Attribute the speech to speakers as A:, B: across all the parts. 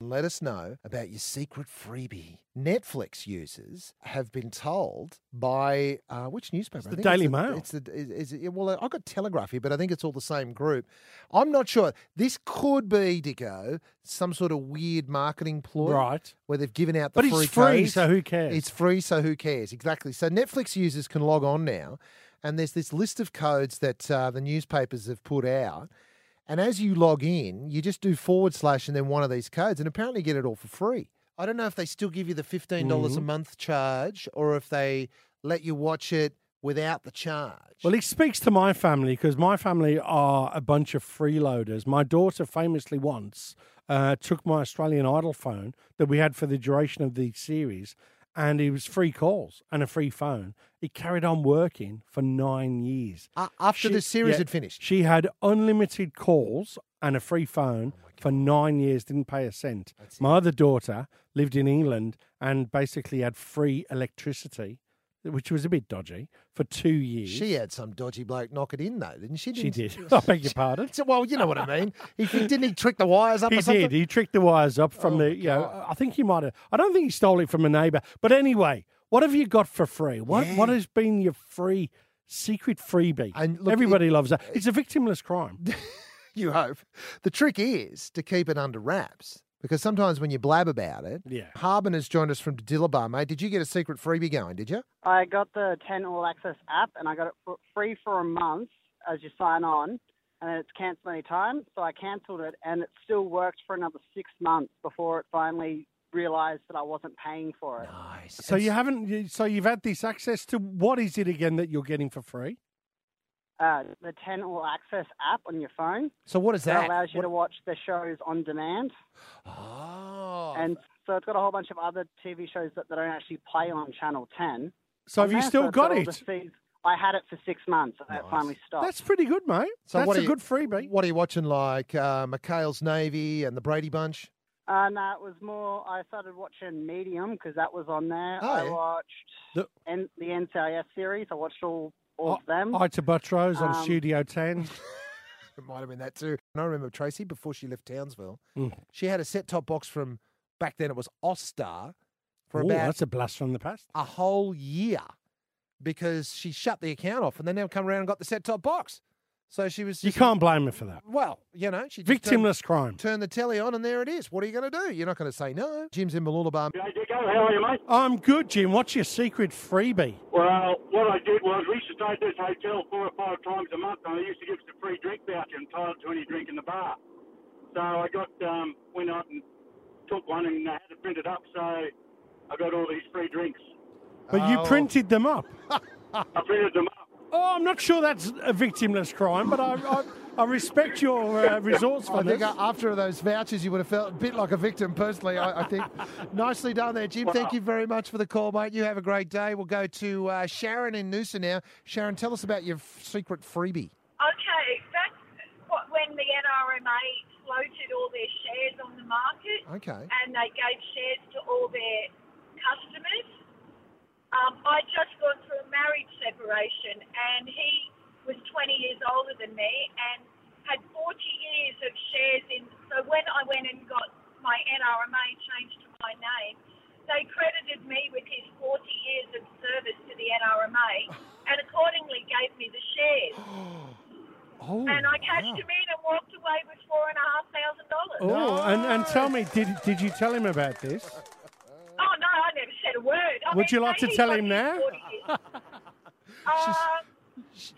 A: Let us know about your secret freebie. Netflix users have been told by uh, which newspaper?
B: the
A: I think
B: Daily
A: it's
B: Mail.
A: It's the is, is it, well, I got Telegraph here, but I think it's all the same group. I'm not sure. This could be Digo some sort of weird marketing ploy,
B: Right.
A: Where they've given out the
B: But it's
A: free
B: free,
A: codes.
B: so who cares?
A: It's free, so who cares? Exactly. So Netflix users can log on now, and there's this list of codes that uh, the newspapers have put out. And as you log in, you just do forward slash and then one of these codes, and apparently get it all for free. I don't know if they still give you the fifteen dollars
B: Mm-hmm.
A: a month charge, or if they let you watch it without the charge.
B: Well, it speaks to my family because my family are a bunch of freeloaders. My daughter famously once uh, took my Australian Idol phone that we had for the duration of the series, and it was free calls and a free phone. It carried on working for nine years.
A: A- after the series had finished.
B: She had unlimited calls and a free phone
A: Oh
B: for nine years, didn't pay a cent. My other daughter lived in England and basically had free electricity, which was a bit dodgy, for two years.
A: she had some dodgy bloke knock it in though, didn't she?
B: She
A: Didn't-
B: did. I beg your pardon.
A: So, well, you know what I mean. He, he- didn't he trick the wires up
B: He
A: or something? Oh
B: did. He tricked the wires up from the. You know, I think he might have. I don't think he stole it from a neighbour. But anyway, what have you got for free? What What has been your free secret freebie?
A: And look,
B: everybody loves that. It's a victimless crime.
A: you hope. The trick is to keep it under wraps because sometimes when you blab about it,
B: Yeah.
A: Harbin has joined us from Dillabar, mate. Did you get a secret freebie going? Did you?
C: I got the 10 All Access app and I got it for free for a month as you sign on. And then it's cancelled any time. So I cancelled it and it still worked for another six months before it finally realised that I wasn't paying for it.
B: So you haven't. you- So you've had this access to what is it again that you're getting for free?
C: Uh, the 10 All Access app on your phone
A: So what is
C: that
A: that?
C: allows you to
A: What-
C: watch the shows on demand.
A: Oh.
C: And so it's got a whole bunch of other TV shows that they don't actually play on Channel 10.
B: So have you
C: Now,
B: still
C: it's
B: got
C: all
B: it?
C: the feeds. I had it for six months and it finally stopped.
B: That's pretty good, mate.
A: So
B: That's
A: what
B: a
A: are you-
B: good freebie.
A: What are you watching? Like uh, McHale's Navy and the Brady Bunch?
C: Uh, no, it was more. I started watching Medium because that was on there.
A: Oh,
C: I
A: yeah.
C: watched
B: The-
C: the, N- the NCIS series. I watched all, all of them.
B: Ita Buttrose on
C: Um,
B: Studio Ten.
A: It might have been that too. And I remember Tracy before she left Townsville,
B: Mm.
A: she had a set top box from back then. It was Ostar for
B: Ooh,
A: about
B: that's a blast from the past.
A: a whole year because she shut the account off and then now come around and got the set top box. So she was
B: You
A: just-
B: can't blame her for that.
A: Well, you know, she just turned-
B: Victimless crime.
A: Turn the telly on and there it is. What are you going to do? You're not going to say no. um, Jim's in Malulabar.
D: Hey, Dicko, how are you, mate?
B: I'm good, Jim. What's your secret freebie?
D: Well, what I did was we used to stay at this hotel four or five times a month, and I used to give us a free drink voucher entitled to any drink in the bar. So I got um, went out and took one and had it printed up. So I got all these free drinks.
B: But you
A: Oh.
B: printed them up.
D: I printed them up.
B: Oh, I'm not sure that's a victimless crime, but I, I, I respect your uh,
A: I think
B: resourcefulness.
A: uh, after those vouchers, you would have felt a bit like a victim personally, I, I think. Nicely done there, Jim. Thank you very much for the call, mate. You have a great day. We'll go to uh, Sharon in Noosa now. Sharon, tell us about your f- secret freebie.
E: Okay, that's what, when the NRMA floated all their shares on the market
A: Okay.
E: and they gave shares to all their customers. Um, I'd just gone through a marriage separation and he was 20 years older than me and had 40 years of shares in. So when I went and got my NRMA changed to my name, they credited me with his 40 years of service to the NRMA and accordingly gave me the shares
A: Oh,
E: and I cashed
A: wow.
E: him in and walked away with four and a half thousand dollars.
B: Oh, and, and tell me, did, did you tell him about this?
E: Oh no, I never said a word. I
B: Would
E: mean,
B: you like to
E: maybe
B: tell
E: by
B: him
E: his
B: now?
E: 40 years. uh,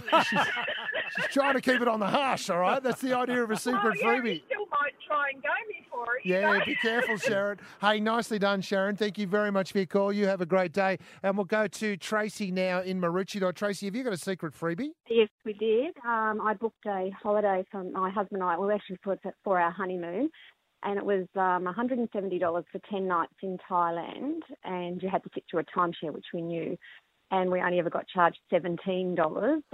E: probably not.
A: She's trying to keep it on the hush, all right? That's the idea of a
E: oh,
A: secret
E: yeah,
A: freebie.
E: he still might try and go me for it. you
A: Yeah,
E: know?
A: be careful, Sharon. Hey, nicely done, Sharon. Thank you very much for your call. You have a great day. And we'll go to Tracy now in Maroochydore. Tracy, have you got a secret freebie?
F: Yes, we did. Um, I booked a holiday for my husband and I. We were actually for, for our honeymoon, and it was um, $170 for 10 nights in Thailand, and you had to sit through a timeshare, which we knew. And we only ever got charged $17.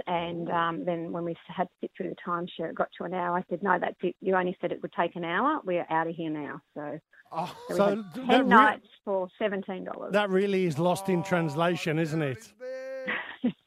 F: And um, then when we had to sit through the timeshare, it got to an hour. I said, No, that's it. You only said it would take an hour. We're out of here now. So,
A: Oh,
B: So
F: so, we had
B: th-
F: 10
B: that re-
F: nights for $17.
B: That really is lost in translation, isn't it?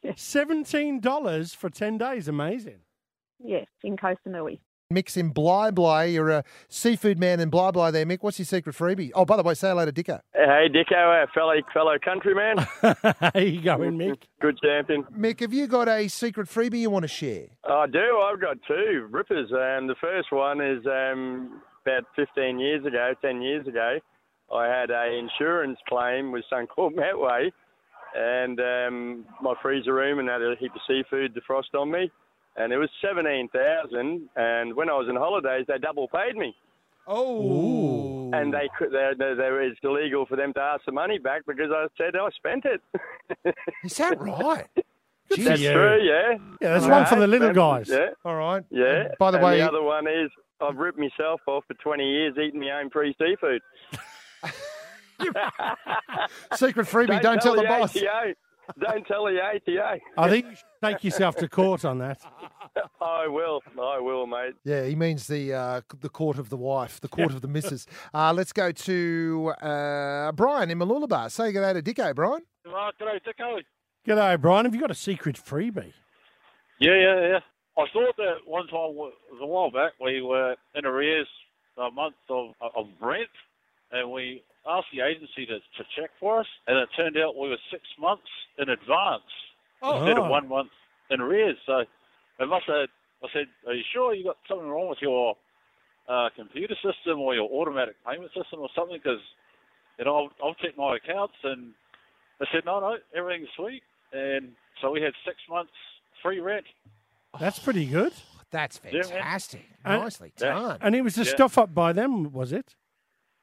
B: $17 for 10 days. Amazing.
F: yes, in Koh Samui.
A: Mick's in Bly Bly. You're a seafood man in Bly Bly there, Mick. What's your secret freebie? Oh, by the way, say hello to Dicker.
G: Hey, Dicko, our fellow, fellow countryman.
B: How you going, Mick?
G: Good champion.
A: Mick, have you got a secret freebie you want to share?
G: I do. I've got two rippers. Um, the first one is um, about 15 years ago, 10 years ago. I had a insurance claim with Suncorp Matway, and um, my freezer room and had a heap of seafood defrost on me, and it was 17,000. And when I was on holidays, they double paid me.
A: Oh,
G: and they could they, they, they were- it's illegal for them to ask the money back because I said I spent it.
A: is that right? Gee,
G: That's
B: Yeah.
G: true, yeah.
B: Yeah, that's one for the little guys.
G: Yeah,
A: All right.
G: yeah.
A: And by the
G: and
A: way,
G: the other one is I've ripped myself off for 20 years eating my own free seafood.
A: secret freebie. Don't, tell the, boss.
G: ATO. Don't tell the ATA.
B: I think you should take yourself to court on that.
G: I will. I will, mate.
A: Yeah, he means the uh, c- the court of the wife, the court of the missus. Uh, let's go to uh, Brian in Malulabar. Say good day to Dicko, Brian.
D: Right, g'day, Dicko.
B: G'day, Brian. Have you got a secret freebie?
D: Yeah, yeah, yeah. I thought that one time, it was a while back, we were in arrears a month of, of rent, and we asked the agency to, to check for us, and it turned out we were six months in advance instead
B: Oh.
D: of one month in arrears. So they must have, I said, Are you sure you got something wrong with your uh, computer system or your automatic payment system or something? Because, you know, I've, I've checked my accounts, and they said, No, no, everything's sweet. And so we had six months free rent.
B: Oh, That's pretty good.
A: That's
D: man.
A: fantastic.
B: And-
A: Nicely
D: Yeah.
A: done.
B: And it was the
D: Yeah.
B: stuff up by them, was it?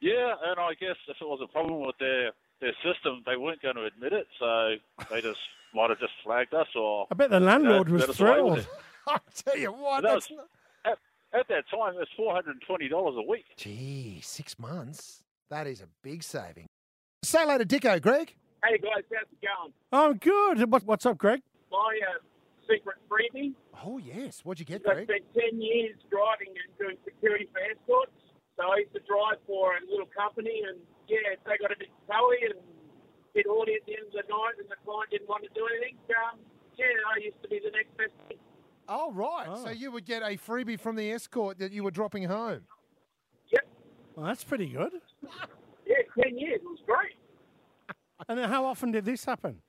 D: Yeah, and I guess if it was a problem with their their system, they weren't going to admit it, so they just might have just flagged us. Or
B: I bet the landlord was
D: let us away with
B: thrilled.
D: it.
A: I tell you what,
D: That
A: that's
D: was- at that time, it was four hundred and twenty dollars a week.
A: Gee, six months. That is a big saving. Say hello to Dicko, Greg.
E: Hey guys, how's it going?
B: Oh, good. What, what's up, Greg?
E: My uh, secret freebie.
A: Oh, yes. What'd you get,
E: I
A: Greg?
E: spent 10 years driving and doing security for escorts. So I used to drive for a little company, and yeah, they got a bit towy and did audit at the end of the night, and the client didn't want to do anything. Um, yeah, I used to be the next best thing.
A: Oh, right.
B: Oh.
A: So you would get a freebie from the escort that you were dropping home.
E: Yep,
B: Well, that's pretty good.
E: yeah, 10 years. It was great.
B: And then how often did this happen?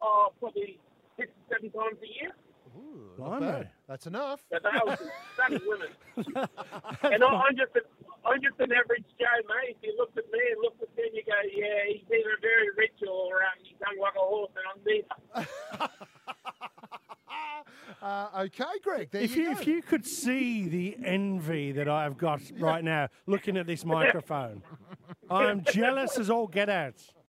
E: Oh, probably six or seven times a year.
A: Ooh,
B: Blimey.
A: bad. That's enough.
E: But they were some stunning women. And I, I'm just a, I'm just an average Joe, mate. If you looked at me and looked at them, you go, yeah, he's either very rich or um, he's hung like a horse, and I'm neither.
A: Uh, okay, Greg. There
B: If
A: you,
B: you,
A: go.
B: if you could see the envy that I've got right now looking at this microphone, I'm jealous as all get out.